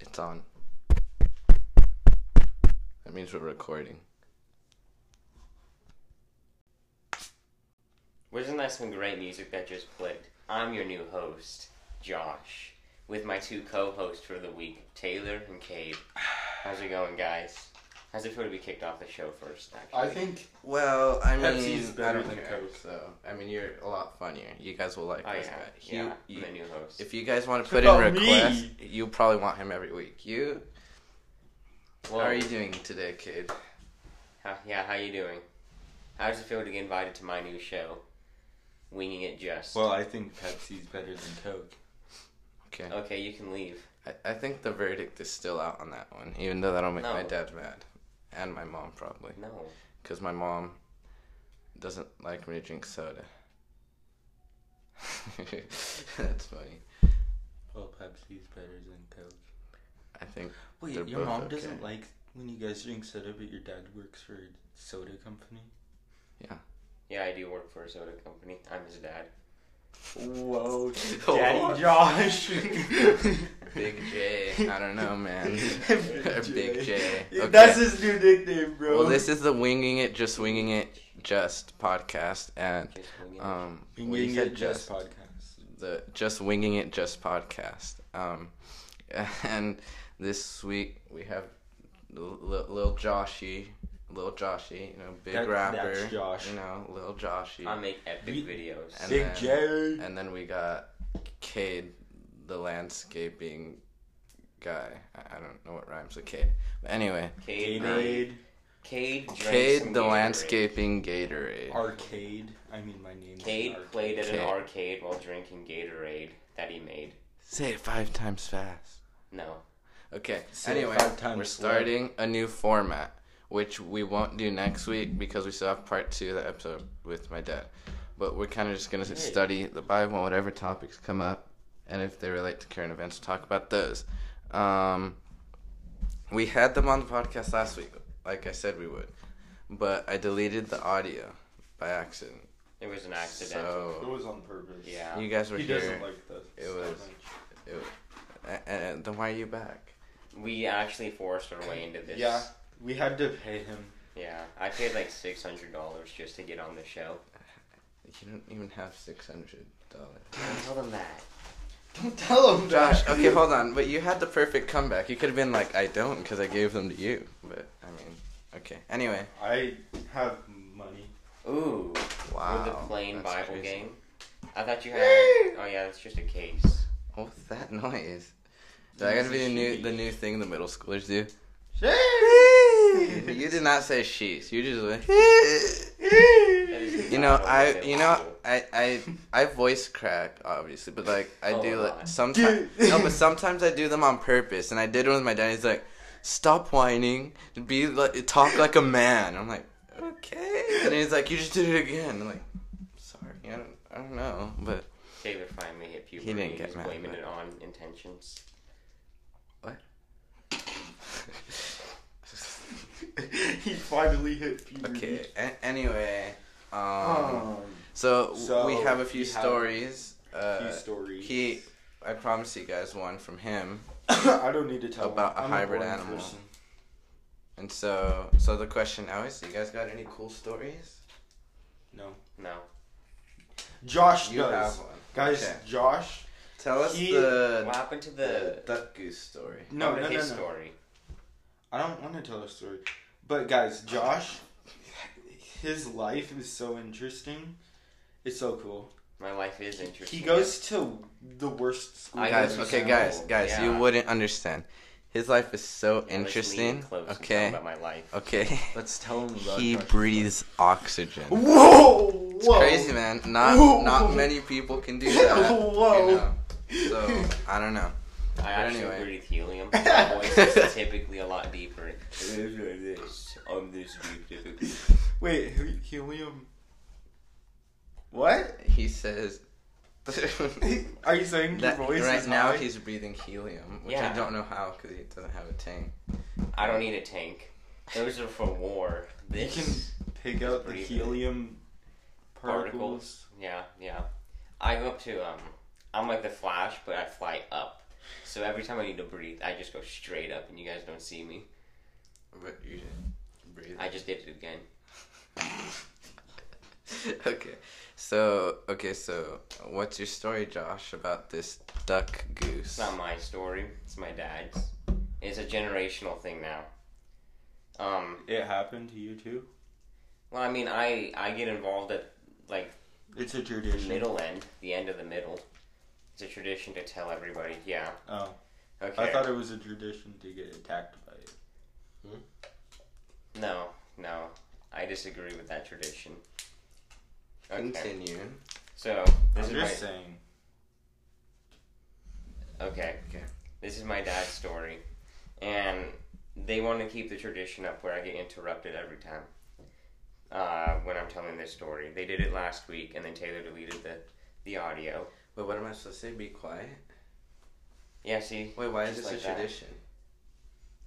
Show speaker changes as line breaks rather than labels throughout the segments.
It's on. That means we're recording.
Wasn't that some great music that just played? I'm your new host, Josh, with my two co-hosts for the week, Taylor and Cade. How's it going, guys? How's it feel to be kicked off the show first? Actually,
I think
Well, I mean,
Pepsi's better
I don't
than
care.
Coke.
So, I mean, you're a lot funnier. You guys will like
Oh
this
yeah,
guy. You,
yeah.
you-
I'm the new host.
if you guys want to put
What
in
about me?
requests, you probably want him every week. You,
well,
how are you doing today, kid?
how- yeah, how you doing? How does it feel to get invited to my new show, Winging It Just?
well, I think Pepsi's better than Coke.
Okay.
okay, you can leave.
I, I think the verdict is still out on that one, even though that'll make my
No.
dad mad, and my mom probably,
No,
because my mom doesn't like me to drink soda. That's funny.
Well, Pepsi's better than Coke.
I think
Wait,
They're
your
both
mom
okay.
doesn't like when you guys drink soda, but your dad works for a soda company.
yeah, I do work for a soda company. I'm his dad.
Whoa,
What?
Daddy Josh.
Big J. I don't know, man. Big J. Okay.
That's his new nickname, bro.
well, this is the winging it, just winging it, just podcast, and
Just winging it.
um,
Being
well, you said
get just podcast.
the just winging it, just podcast. Um, and this week we have Lil Lil Joshy, Lil Joshy, you know, big
That-
rapper,
that's Josh.
you know, Lil Joshy,
I make epic
We-
videos.
and
Big
then-
J.
and then we got Cade, the landscaping guy. I, I don't know what rhymes with Cade, but anyway.
Cade,
Gatorade.
Cade, drank some
Cade the
Gatorade.
landscaping Gatorade.
Arcade. I mean, my name's
Cade
an arcade.
played at an
Cade.
arcade while drinking Gatorade that he made.
Say it five times fast.
No.
Okay.
Say it
anyway,
five times
we're
slow.
starting a new format, which we won't do next week because we still have part two of the episode with my dad. But we're kind of just gonna study the Bible, whatever topics come up, and if they relate to current events, we'll talk about those. Um, we had them on the podcast last week, like I said we would, but I deleted the audio by accident.
It was an accident.
It
So
was on purpose.
yeah.
you guys were
He
here.
doesn't like this.
It was- A- and then why are you back?
we actually forced our way into this.
Yeah, we had to pay him.
Yeah. I paid like six hundred dollars just to get on the show.
You don't even have six hundred dollars.
Tell them that.
Don't tell him,
Josh, okay, hold on. But you had the perfect comeback. You could have been like, I don't, because I gave them to you. But I mean, okay. Anyway,
I have money.
Ooh.
wow.
With the plain
that's
Bible
crazy.
game. I thought you had Oh yeah, it's just a case.
What was that noise? Is that gotta be the new the new thing the middle schoolers do? you did not say she's. You just went.
That is
You know,
not what
I
they
you know
want
I I I voice crack obviously, but like I
Oh,
do
a
like
lot.
sometimes no, but sometimes I do them on purpose, and I did one with my dad. He's like, "Stop whining, be like talk like a man." I'm like, "Okay," and he's like, "You just did it again." I'm like, "Sorry, I don't, I don't know," but
to. Taylor finally hit puberty.
He didn't get
He's
mad,
blaming
but-
it on intentions.
he finally hit puberty.
okay. A- anyway, um,
Um,
so,
so
we have a few
we have
stories.
few
uh,
stories.
he, I promised you guys one from him.
I don't need to tell
About a
him. I'm
hybrid
boring
animal.
person.
And so, so the question now is, you guys got any cool stories?
No,
No.
Josh
You
does.
have one.
Guys,
Okay.
Josh.
Tell us
He-
the
What happened to
the
the
duck goose story.
Uh, No,
what
no,
happened to
no,
his
no.
story?
I don't want to tell a story, but guys, Josh, his life is so interesting. It's so cool.
My life is interesting.
He goes to the worst school.
I
guys,
in
okay,
town.
guys, guys, you
Yeah.
wouldn't understand. His life is so
Yeah, let's lean
interesting.
close and
Okay,
talk about my life.
okay.
Let's tell him about
He
Josh's
breathes oxygen.
Whoa! Whoa!
Crazy man. Not
Whoa.
not many people can do that. you
Whoa.
know. So I don't know.
I actually
anyway.
breathe helium. My voice is typically a lot deeper. This, I'm this deep typically.
Wait, he- helium. um, What?
He says.
Are you saying
That,
your voice
right
is
now
high?
he's breathing helium, which I
Yeah.
don't know how because he doesn't have a tank.
I don't need a tank. Those are for war. This
You can pick
It's
out the
pretty big.
helium particles.
Particles. Yeah, yeah. I go up to um, I'm like the Flash, but I fly up. So every time I need to breathe, I just go straight up, and you guys don't see me.
But you breathe.
I just did it again.
okay. So okay, so what's your story, Josh, about this duck goose?
It's not my story. It's my dad's. It's a generational thing now. Um.
It happened to you too.
Well, I mean, I I get involved at like
It's a
the
tradition.
middle end, the end of the middle. It's a tradition to tell everybody. Yeah.
Oh,
Okay.
I thought it was a tradition to get attacked by it.
No, no. I disagree with that tradition. Okay.
Continue.
So this
I'm
is my
just saying.
Okay.
Okay.
This is my dad's story. And they want to keep the tradition up where I get interrupted every time uh, when I'm telling this story. They did it last week, and then Taylor deleted the, the audio.
Wait, what am I supposed to say? Be quiet.
Yeah, see?
Wait, why is
Just
this
like
a
that.
tradition?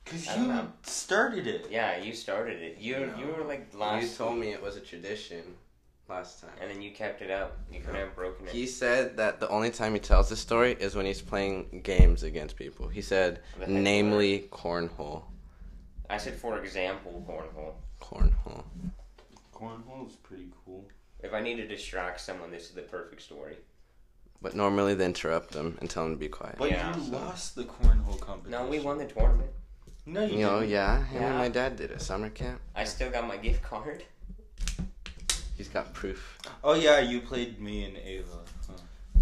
Cause
I
you
don't know.
started it.
Yeah, you started it. You you
No.
were like last.
you told me it was a tradition last time.
And then you kept it up. You could have broken it.
He said that the only time he tells the story is when he's playing games against people. He said,
The heck
namely cornhole,
I said, for example, cornhole.
cornhole.
Cornhole is pretty cool.
If I need to distract someone, this is the perfect story.
But normally they interrupt them and tell them to be quiet.
But
Yeah.
you lost the cornhole competition.
No, we won the tournament.
No,
You
you
know,
didn't.
yeah, him and
Yeah.
my dad did a summer camp.
I still got my gift card.
He's got proof.
Oh yeah, you played me and Ava. Huh.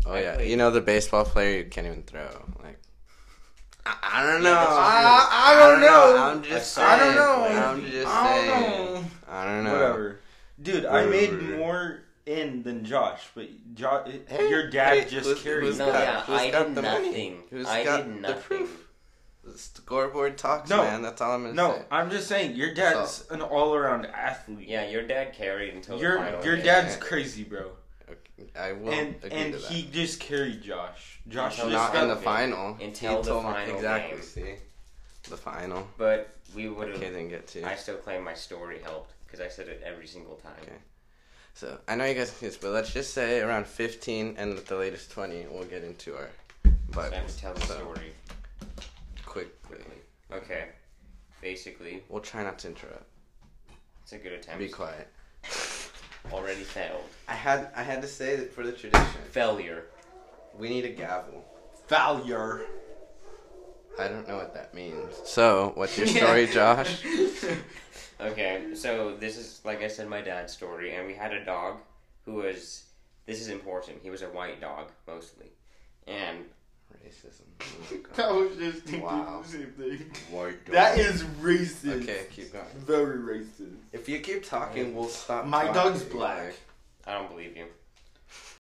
Oh
I
yeah,
played-
you know the baseball player you can't even throw. Like, I, I don't know.
Yeah, that's
I- I don't know.
I'm just saying.
I don't
know.
I'm just saying. I don't know.
Whatever. Dude, I made
Whatever.
more in than Josh, but Josh, your dad
hey,
just
who's-
carried.
who's
No,
got-
yeah,
who's
I
got
did
the money?
nothing.
Who's
I
got
did
the
nothing.
proof? The scoreboard talks,
No.
man. That's all I'm gonna
No,
say.
I'm just saying your dad's an all-around athlete.
Yeah, your dad carried until the
Your
final
your
game.
dad's crazy, bro,
Okay, I will
and
agree
and
to that.
he just carried Josh. Josh
Until
just
Not
got
in the
it.
final.
Until
He
the
told me-
final
exactly.
game.
See, the final.
But we would
Okay,
have.
didn't get to.
I still claim my story helped because I said it every single time.
Okay. So I know you guys can see this, but let's just say around 15 and at the latest 20, we'll get into our
So I have
Bibles.
to tell the
So,
story
quickly.
quickly. Okay. Basically,
We'll try not to interrupt.
it's a good attempt.
Be quiet.
Already failed.
I had I had to say that for the tradition.
Failure.
We need a gavel.
failure.
I don't know what that means. So, what's your story, Josh?
Okay, so this is like I said, my dad's story, and we had a dog who was. This is important. He was a white dog mostly, and
Racism. Oh my God.
That was just thinking
Wow.
the same thing.
White dog.
That is racist.
Okay, keep going.
Very racist.
If you keep talking, we'll stop.
My
talking.
dog's black.
I don't believe you.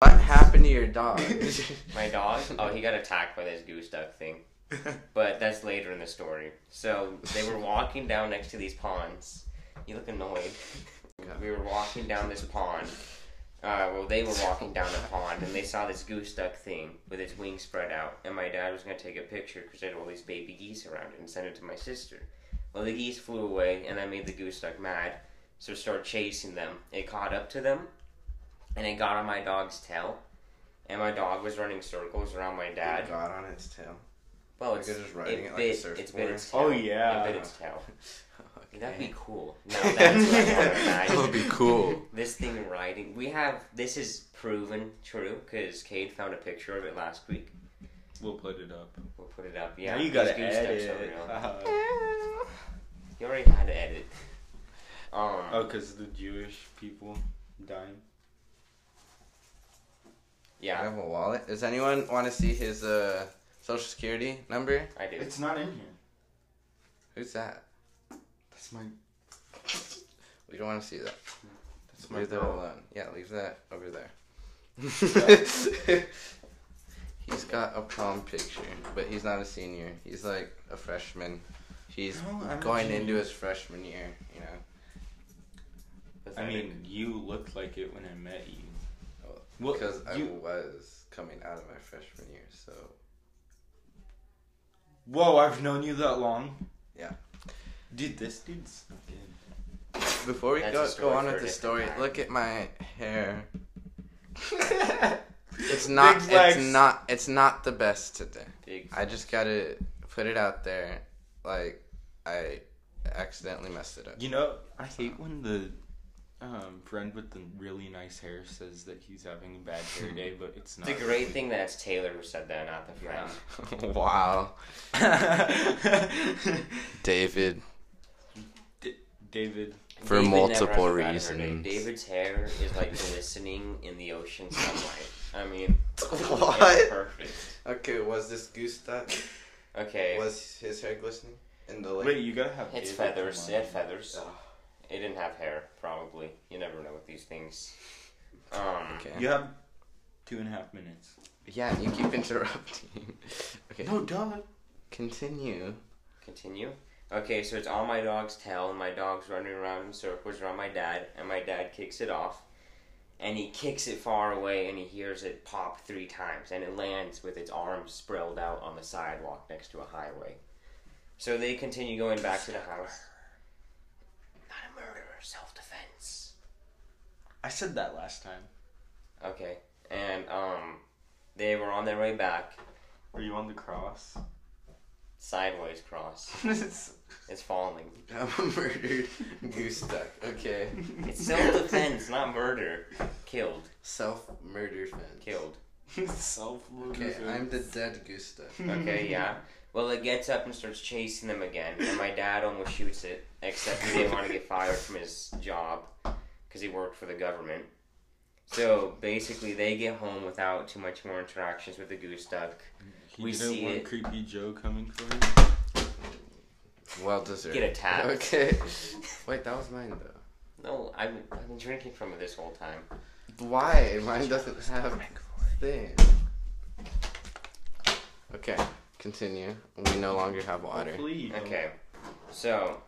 What happened to your dog?
My dog. Oh, he got attacked by this goose duck thing. But that's later in the story. So they were walking down next to these ponds. You look annoyed. We were walking down this pond. Uh, well, they were walking down the pond and they saw this goose duck thing with its wings spread out. And my dad was going to take a picture because I had all these baby geese around it and send it to my sister. Well, the geese flew away and that made the goose duck mad. So it started chasing them. It caught up to them and it got on my dog's tail. And my dog was running circles around my dad.
got on its tail.
Well,
Like
it's,
it's just riding it like a
bit,
surfboard.
It's bit its tail.
Oh, yeah.
It bit its tail.
Okay.
That'd be cool. No, that's what I want to
That would
imagine.
be cool.
This thing riding. We have. This is proven true because Cade found a picture of it last week.
We'll put it up.
We'll put it up. Yeah,
Now you
these
gotta
goose ducks
edit.
are real.
Uh,
You already had to edit. Um,
oh, cause the Jewish people dying.
I
Yeah,
have a wallet. Does anyone want to see his uh, social security number?
I do.
It's not in here.
Who's that?
That's my.
We don't want to see that.
That's my.
Leave that
girl.
alone. Yeah, leave that over there. he's got a prom picture, but he's not a senior. He's like a freshman. He's
No, I'm a
going
junior.
into his freshman year, you know.
I mean, you looked like it when I met you.
Oh,
Well,
Because I
you-
was coming out of my freshman year, so
Whoa, I've known you that long.
Yeah.
Dude, this dude's fucking.
Before we
That's
go,
a
go
story
on
for
with the
a
story,
different time.
look at my hair.
it's
It's not. It's not. It's not the best today.
Big.
I just gotta put it out there. Like I accidentally messed it up.
You know, I hate when the um, friend with the really nice hair says that he's having a bad hair day, but it's not.
It's a great thing that it's Taylor who said that, not the friend.
wow, David.
D- David.
For
David never
multiple
has a bad hair day.
reasons.
David's hair is like glistening in the ocean sunlight. I mean, it's
What?
perfect.
Okay, was this goose duck?
Okay,
Was his hair glistening in the Oh. lake?
Wait, you gotta have.
it's
David
feathers.
come
It
on.
had feathers. It didn't have hair, probably. You never know with these things. Um,
Okay.
You have two and a half minutes.
Yeah, you keep interrupting. okay,
duh.
continue.
continue. Okay, so it's on my dog's tail, and my dog's running around in circles around my dad, and my dad kicks it off, and he kicks it far away, and he hears it pop three times, and it lands with its arms spread out on the sidewalk next to a highway. So they continue going back to the house. Not a murderer, self defense.
I said that last time.
Okay, and um, they were on their way back,
Are you on the cross?
sideways cross. It's falling.
I'm a murdered goose duck. Okay,
It's self defense, not murder. Killed.
self murder fence.
Killed.
Self
Okay, I'm the dead goose duck.
Okay, yeah. Well, it gets up and starts chasing them again, and my dad almost shoots it, except he didn't want to get fired from his job because he worked for the government. So basically, they get home without too much more interactions with the goose duck.
He
We
didn't
see
want
it.
creepy Joe coming for him.
Well deserved.
Get a tap.
Okay. Wait, that was mine though.
No, I've, I've been drinking from it this whole time.
Why? Mine doesn't have thing. Okay, continue. We no longer have water.
Hopefully you don't.
Okay, so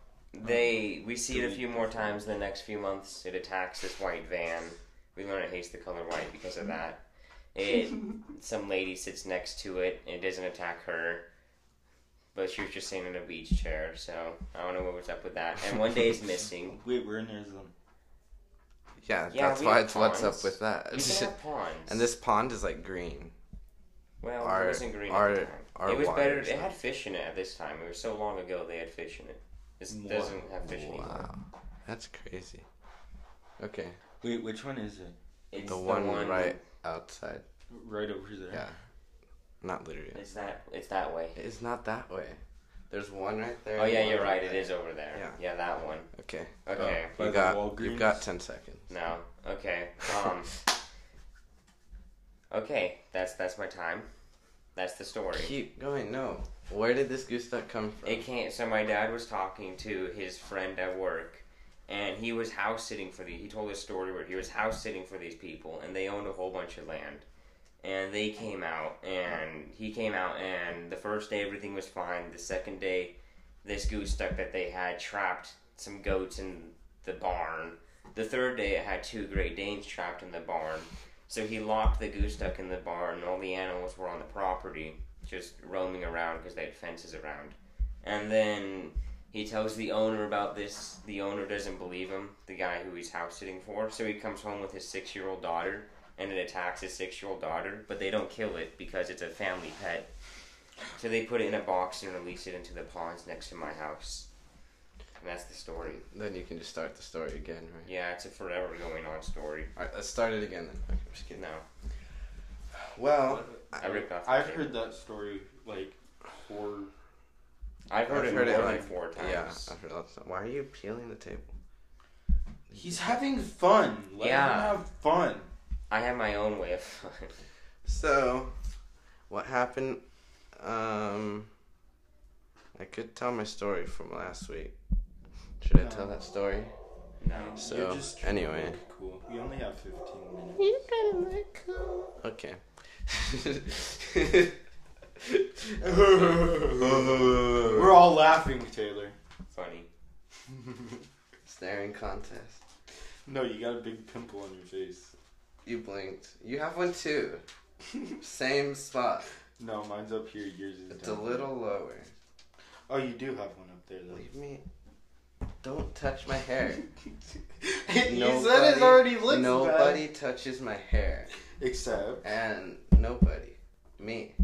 they we see it a few more times in the next few months. It attacks this white van. We learn it hates the color white because of that. It some lady sits next to it and it doesn't attack her, but she was just sitting in a beach chair. So I don't know what was up with that. And one day it's missing.
Wait, we're in Arizona.
Yeah,
Yeah,
that's
we
why
have
it's what's
ponds.
up with that.
You can have ponds.
and this pond is like green.
well,
our-
it wasn't green
our-
at the time.
our
it was
water
better.
is
It
not-
had fish in it at this time. It was so long ago they had fish in it. This
Wow.
doesn't have fish anymore.
Wow, that's crazy. Okay,
Wait, which one is it?
It's
the, one, right outside.
Right over there.
Yeah, not literally.
It's that. It's that way.
It's not that way. There's one right there.
Oh
and
yeah,
one
you're
right
right. It
there.
is over there.
Yeah. Oh.
Yeah, that one.
Okay,
Okay.
Oh, By
you
the
got
Walgreens?
you've got ten seconds.
No. Okay. Um. okay. That's that's my time. That's the story.
Keep going. No, where did this goose duck come from?
It can't. So my dad was talking to his friend at work, and he was house sitting for the. He told a story where he was house sitting for these people, and they owned a whole bunch of land. And they came out, and he came out, and the first day everything was fine. The second day, this goose duck that they had trapped some goats in the barn. The third day, it had two Great Danes trapped in the barn. So he locked the goose duck in the barn, and all the animals were on the property, just roaming around because they had fences around. And then he tells the owner about this. The owner doesn't believe him, the guy who he's house sitting for. So he comes home with his six year old daughter and it attacks his six year old daughter, but they don't kill it because it's a family pet. So they put it in a box and release it into the ponds next to my house. And that's the story.
Then you can just start the story again, right?
Yeah, it's a forever going on story.
All right, let's start it again then. Okay, I'm just kidding.
No,
Well,
I ripped off. the
I've
tape.
heard that story like four.
I've heard
I've
it
heard
more
it
than
like-
four
yeah.
times.
I've heard lots of- Why are you peeling the table?
He's having fun. Let
Yeah.
him have fun.
I have my own way of fun.
So, what happened? Um, I could tell my story from last week. Should I tell that story?
no.
So, anyway.
cool. We only have fifteen minutes.
You better look cool. Okay.
We're all laughing, Taylor.
Funny.
Staring contest.
No, you got a big pimple on your face.
You blinked. You have one too. Same spot.
No, mine's up here. Yours is
It's a
down.
little lower.
Oh, you do have one up there though.
Leave me Don't touch my hair.
you said it already looks bad.
Nobody Eh. touches my hair.
Except
And nobody. Me.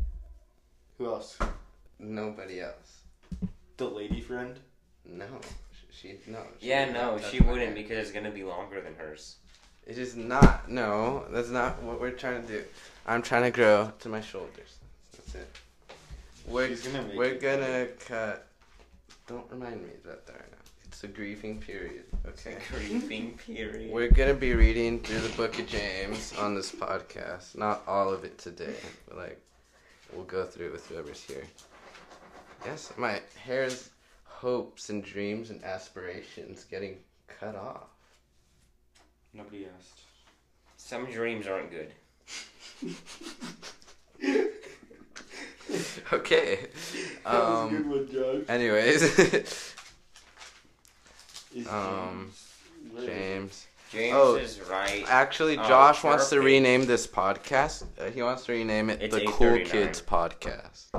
who else?
Nobody else.
The lady friend.
No. Sh- She, no. she
Yeah,
would
no,
not touch
she
my hair.
wouldn't because it's gonna be longer than hers.
It is not. No, that's not what we're trying to do. I'm trying to grow to my shoulders. That's it. We're,
She's gonna make
we're
it.
gonna cut. Don't remind me about that right now. It's a grieving period. Okay.
Grieving period.
We're gonna be reading through the Book of James on this podcast. Not all of it today, but like we'll go through it with whoever's here. Yes, my hair's hopes and dreams and aspirations getting cut off.
Nobody asked.
Some dreams aren't good.
Okay.
That was a
Um,
good one, Josh.
Anyways,
Is
um,
James- where is it?
James.
James
Oh.
is right.
Actually,
Oh,
Josh wants to
perfect.
rename this podcast. Uh, he wants to rename it
It's
the Cool
8:39.
Kids Podcast.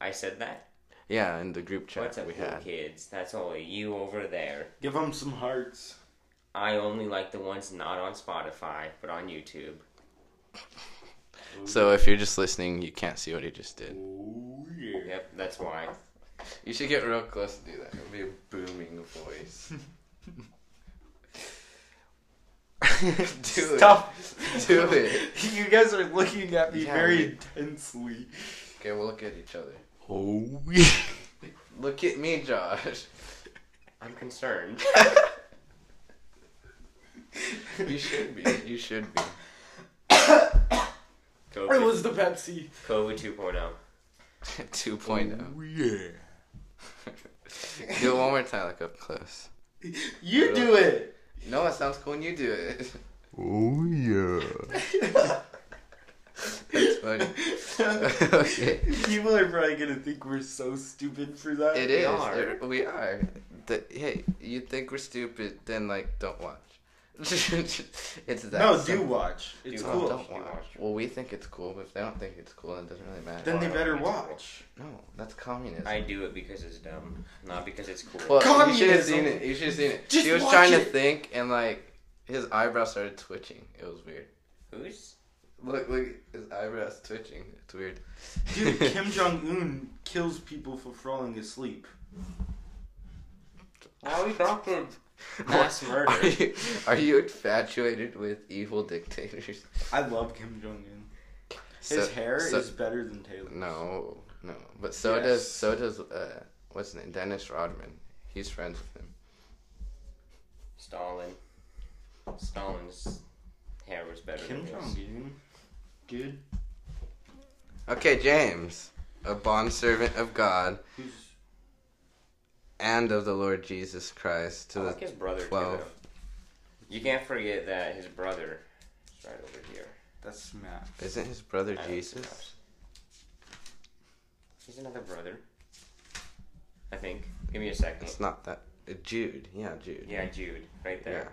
I said that.
Yeah, in the group chat
What's up,
we
cool
had.
kids? That's only you over there.
Give him some hearts.
I only like the ones not on Spotify, but on YouTube.
So if you're just listening, you can't see what he just did.
Oh yeah.
Yep, that's why.
You should get real close to do that. It'll be a booming voice. do
Stop.
it. Do it.
You guys are looking at me
Yeah,
very
we-
intensely.
Okay, we'll look at each other.
Oh yeah.
Look at me, Josh.
I'm concerned.
You should be. You should be.
It
COVID,
was the Pepsi.
COVID oh. 2.0.
2.0.
yeah.
oh.
Mm.
Do it one more time, like up close.
You do it.
No, it sounds cool when you do it.
Oh yeah.
That's funny. okay.
People are probably gonna think we're so stupid for that.
It is.
are.
It- we are. The, hey, you think we're stupid, then, like, don't watch. it's that.
No, do
simple.
watch. It's
Do
No,
cool.
watch.
Don't
Do
watch.
watch.
Well, we think it's cool, but if they don't think it's cool, it doesn't really matter.
Then they
Why?
better watch.
no, that's communism.
I do it because it's dumb, not because it's cool.
well, you should have
Communism.
seen it. You should have seen it.
Just
he was
watch
trying to
it.
think, and, like, his eyebrows started twitching. It was weird.
Who's?
Look, look, his eyebrows twitching. It's weird.
Dude, Kim Jong Un kills people for falling asleep.
How we talking? Mass
What-
murder.
Are you, are you infatuated with evil dictators?
I love Kim Jong Un. His
So-
hair
so-
is better than Taylor's.
No, no. But so
Yes.
does so does uh, what's his name? Dennis Rodman. He's friends with him.
Stalin. Stalin's hair was better
Kim
than
Jong
his.
Un, dude,
Okay, James, a bondservant of God
who's
and of the Lord Jesus Christ to
I
the
like his brother
twelve.
too. Though. You can't forget that his brother is right over here.
that's Matt.
Isn't his brother
I don't
Jesus?
know. He's another brother. I think. Give me a second.
It's not that. uh, Jude. Yeah, Jude.
Yeah, Jude, right
Yeah.
there.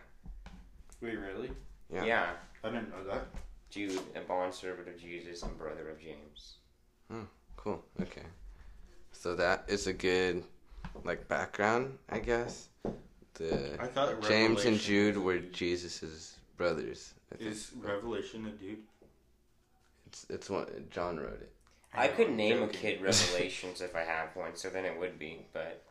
Wait, really?
Yeah.
Yeah,
I didn't know that.
Jude, a bondservant of Jesus and brother of James.
Cool. Okay. So that is a good like background, I guess. The
I thought
James and
Revelation
Jude
was a
were
dude.
Jesus's brothers. I think.
Is Revelation a dude?
It's it's one John wrote it.
I could name a
joking.
kid Revelations if I have one, so then it would be, but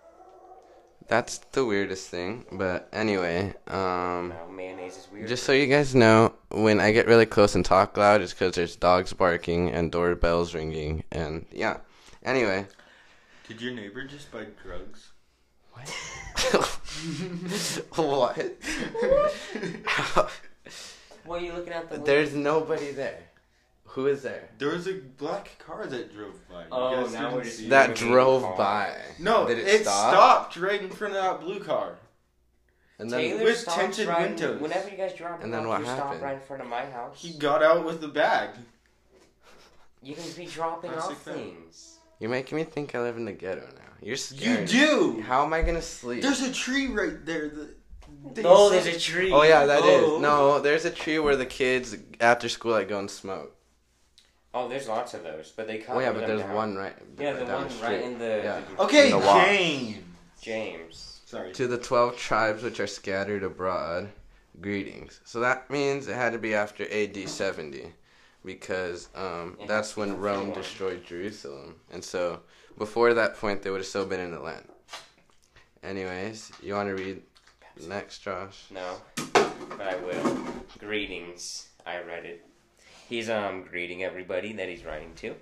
That's the weirdest thing. But anyway, um,
no, mayonnaise is weird.
just so you guys know, when I get really close and talk loud, it's because there's dogs barking and doorbells ringing, and yeah. Anyway,
Did your neighbor just buy drugs?
what? what?
What are you looking at the window?
there's nobody there. Who is there?
There was a black car that drove by. You
Oh,
guys
now
didn't
we're just-
see
That
Maybe
drove
car.
by.
No,
did
it,
it, stop?
stopped right in front of that blue car.
And then
Taylor
With
stops
tinted
right-
windows.
Whenever you guys drop
And
and
then
then
what
you
happened?
stop right in front of my house.
He got out with a bag.
You can be dropping
Classic
off
thing.
things.
you're making me think I live in the ghetto now. You're
You
scared.
do.
How am I gonna sleep?
There's a tree right there. That they
No,
said-
there's a tree.
Oh yeah, that is.
Oh.
No, there's a tree where the kids after school like go and smoke.
Oh, there's lots of those, but they cut.
Oh yeah, but
them
there's
down.
one right.
Yeah,
right
the
down
one
the
right
street.
in the,
Yeah.
the
Okay,
In the walk.
James.
James.
Sorry.
To the twelve tribes which are scattered abroad, greetings. So that means it had to be after AD 70, because um,
Yeah,
that's when Rome
71.
destroyed Jerusalem. And so before that point, they would have still been in the land. Anyways, you want to read next, Josh?
No, but I will. Greetings. I read it. He's um greeting everybody that he's writing to.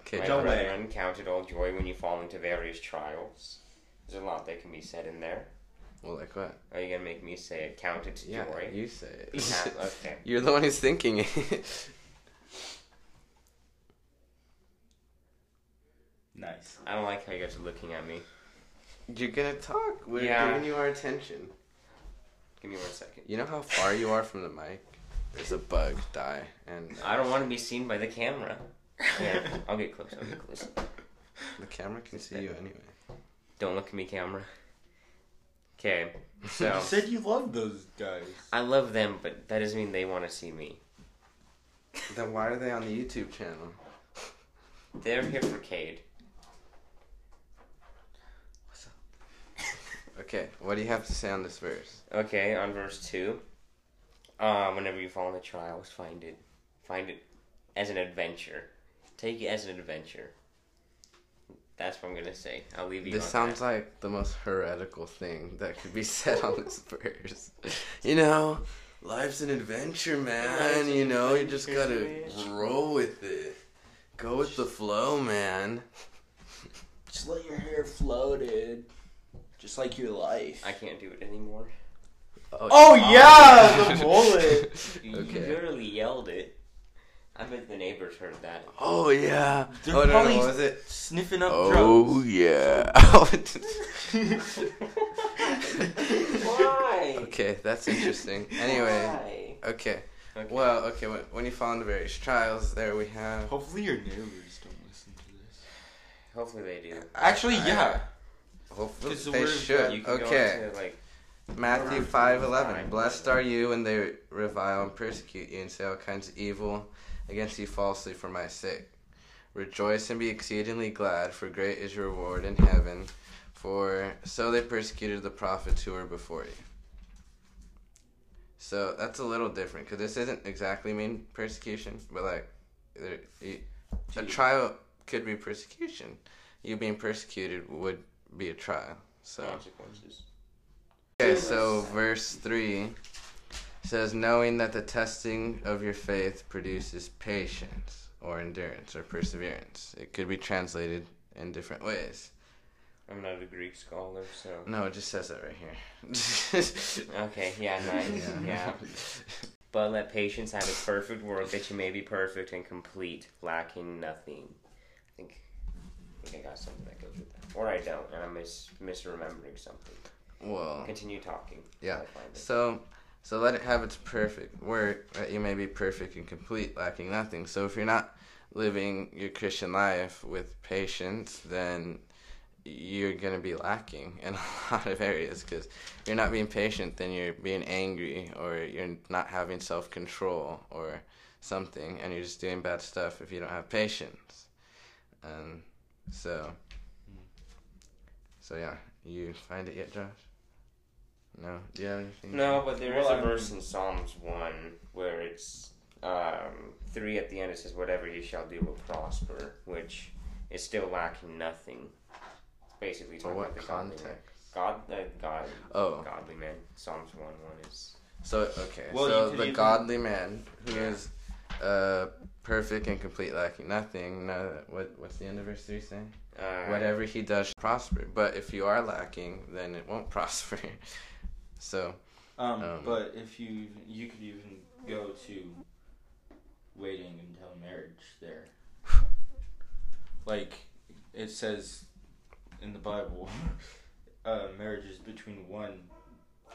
Okay,
My
Don't
brethren, count it all joy when you fall into various trials. There's a lot that can be said in there.
well, like what?
Are you gonna make me say it? Count it
Yeah,
joy.
you say it.
Yeah, okay.
You're the one who's thinking it.
Nice.
I don't like how you guys are looking at me.
You're gonna talk. We're
Yeah.
giving you our attention.
Give me one second.
You know how far you are from the mic? There's a bug die, and
I don't want to be seen by the camera. Yeah, I'll get close. I'll get close.
the camera can see you anyway.
Don't look at me, camera. Okay, so
Oh.
You said you love those guys.
I love them, but that doesn't mean they want to see me.
Then why are they on the YouTube channel?
They're here for Cade.
Okay, what do you have to say on this verse?
Okay, on verse 2. Uh, whenever you fall into trials, find it. Find it as an adventure. Take it as an adventure. That's what I'm going to say. I'll leave you
This
on
sounds like the most heretical thing that could be said on this verse. You know, life's an adventure, man.
Life's an
You know, you just gotta
adventure,
roll with it. Go with the flow, man.
Just let your hair flow, dude. Just like your life.
that. I can't do it anymore.
oh yeah, the bullet.
You
Okay.
literally yelled it. I bet the neighbors heard that.
Oh yeah.
They're
oh no, no,
probably-
what was it?
Sniffing up
Oh yeah.
Why?
okay, that's interesting. Anyway, okay.
Okay.
Well, okay. When, when you fall into various trials, there we have.
Hopefully your neighbors don't listen to this.
Hopefully they do.
Actually, yeah.
Hopefully
It's the
they
word
should.
You can
Uh, Okay.
go into, like,
Matthew five eleven.
Fine.
Blessed are you when they revile and persecute you and say all kinds of evil against you falsely for my sake. Rejoice and be exceedingly glad, for great is your reward in heaven. For so they persecuted the prophets who were before you. So that's a little different because this isn't exactly mean persecution, but like there, you- a trial could be persecution. You being persecuted would be a trial. So.
consequences.
Okay, so verse 3 says, Knowing that the testing of your faith produces patience or endurance or perseverance. It could be translated in different ways.
I'm not a Greek scholar, so.
No, it just says that right here.
Okay, yeah, nice.
Yeah.
yeah. But let patience have its perfect work, that you may be perfect and complete, lacking nothing. I think, I think I got something that goes with that, or I don't, and I'm mis- misremembering something.
well,
Continue talking.
Oh. Yeah.
till I find it.
so so let it have its perfect work that you may be perfect and complete, lacking nothing. So if you're not living your Christian life with patience, then you're gonna be lacking in a lot of areas because you're not being patient. Then you're being angry, or you're not having self control, or something, and you're just doing bad stuff if you don't have patience. And so, so yeah, you find it yet, Josh? No, do you have anything?
No, but there is
Well,
a
I
verse in Psalms one where it's um, three at the end. It says, "Whatever you shall do will prosper," which is still lacking nothing. Basically,
For
talking
what
about the
context?
God, the God,
Oh,
godly man. Psalms one one is
so okay.
Well, you
so
could
the
either-
godly man who
Yeah.
is uh, perfect and complete, lacking nothing. No, what what's the end of verse three saying?
uh,
Whatever he does shall prosper. But if you are lacking, then it won't prosper. so
Um,
Um,
but if you you could even go to waiting until marriage there. Like it says in the Bible, uh, marriage is between one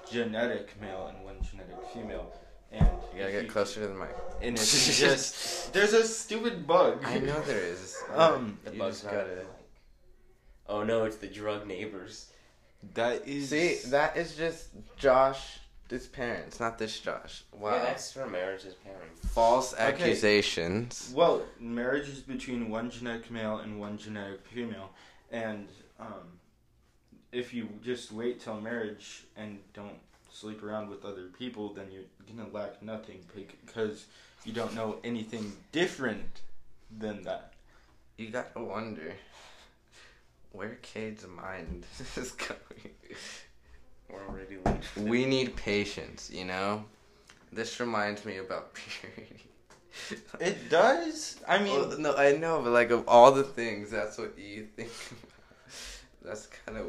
genetic male and one genetic female. And
you gotta
if
get closer to the mic.
And if you just there's a stupid bug.
I know there is.
Um,
The
you
bug's
just
not
gotta.
Oh no, it's the drug neighbors.
That is
See, that is just Josh. His parents, not this Josh. Wow.
Yeah, that's from Marriage's parents.
False
Okay.
accusations.
Well, marriage is between one genetic male and one genetic female, and um, if you just wait till marriage and don't sleep around with other people, then you're gonna lack nothing because you don't know anything different than that.
You gotta wonder where Cade's mind is going.
We're already late.
We need patience, you know? This reminds me about purity.
It does. I mean,
Well, no, I know, but like of all the things, that's what you think about. That's kind of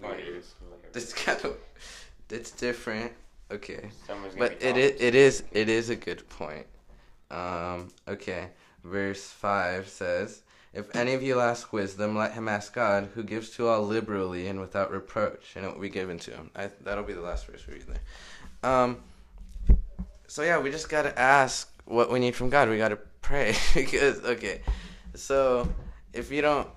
Funny.
weird.
it's hilarious.
That's kind of. It's different. Okay.
Someone's gonna
But
be
it
talking.
is, it is it is a good point. Um, okay, verse five says, "If any of you lacks wisdom, let him ask God, who gives to all liberally and without reproach, and it will be given to him." I, that'll be the last verse we read there. Um, so yeah, we just gotta ask what we need from God. We gotta pray because okay, so if you don't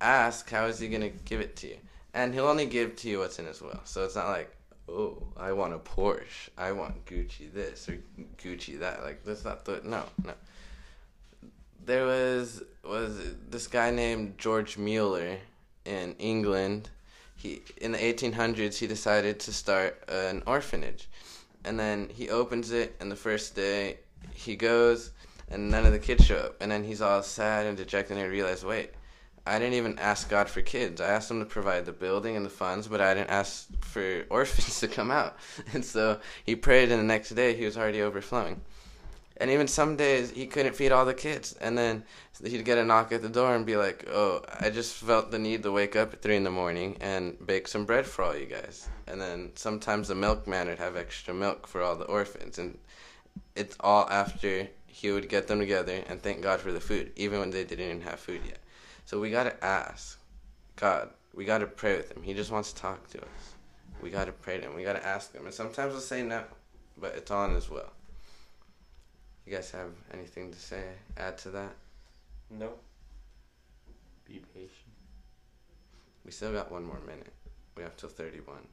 ask, how is He gonna give it to you? And He'll only give to you what's in His will. So it's not like oh, I want a Porsche. I want Gucci this or Gucci that. Like that's not the no no. There was was this guy named George Mueller in England. He in the 1800s he decided to start an orphanage, and then he opens it. And the first day he goes, and none of the kids show up. And then he's all sad and dejected, and he realized, wait. I didn't even ask God for kids. I asked Him to provide the building and the funds, but I didn't ask for orphans to come out. And so he prayed, and the next day he was already overflowing. And even some days he couldn't feed all the kids. And then he'd get a knock at the door and be like, "Oh, I just felt the need to wake up at three in the morning and bake some bread for all you guys." And then sometimes the milkman would have extra milk for all the orphans, and it's all after he would get them together and thank God for the food, even when they didn't even have food yet. So we gotta ask God. We gotta pray with Him. He just wants to talk to us. We gotta pray to Him. We gotta ask Him. And sometimes we'll say no, but it's on as well. You guys have anything to say? Add to that?
No.
be patient.
We still got one more minute. We have till thirty-one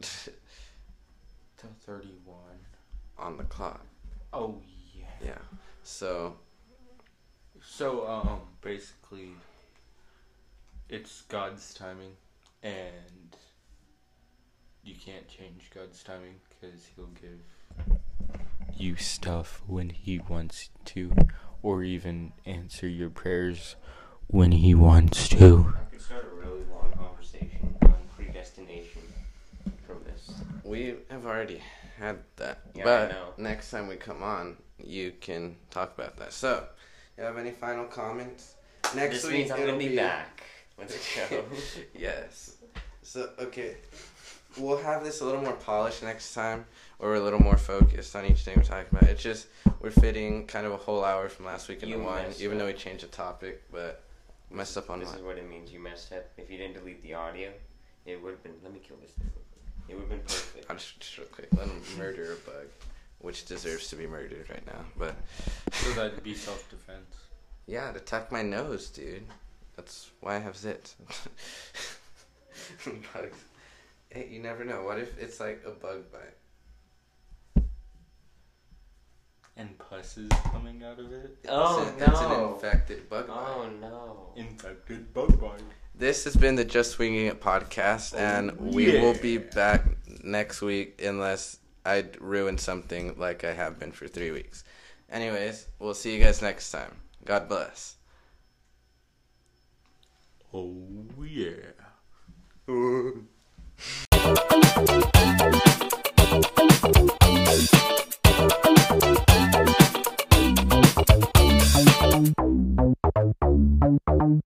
Till thirty-one.
on the clock.
Oh yeah.
Yeah. So
So um, basically, it's God's timing, and you can't change God's timing because He'll give you stuff when He wants to, or even answer your prayers when He wants to.
I could start a really long conversation on predestination from this.
we have already had that.
Yeah, I
but
know.
next time we come on, you can talk about that. So, you have any final comments? Next
this
week
means I'm gonna
it'll
be, back with a show.
yes. So okay, we'll have this a little more polished next time, or we're a little more focused on each thing we're talking about. It's just we're fitting kind of a whole hour from last week into
You
one,
messed
even
up.
though we changed the topic, but messed up on
this
one.
is what it means you messed up. If you didn't delete the audio, it would have been. Let me kill this thing. It would have been perfect.
I'll just, just real quick let him murder a bug, which deserves to be murdered right now. But
So that'd be self-defense.
yeah, it attacked my nose, dude. That's why I have zits. Bugs. Hey, you never know. What if it's like a bug bite?
And pus is coming out of it.
Oh
it's, a- it's an
no!
infected bug bite.
Oh no!
Infected bug bite.
This has been the Just Winging It podcast, and we
yeah.
will be back next week unless I ruin something like I have been for three weeks. Anyways, we'll see you guys next time. God bless.
Oh yeah.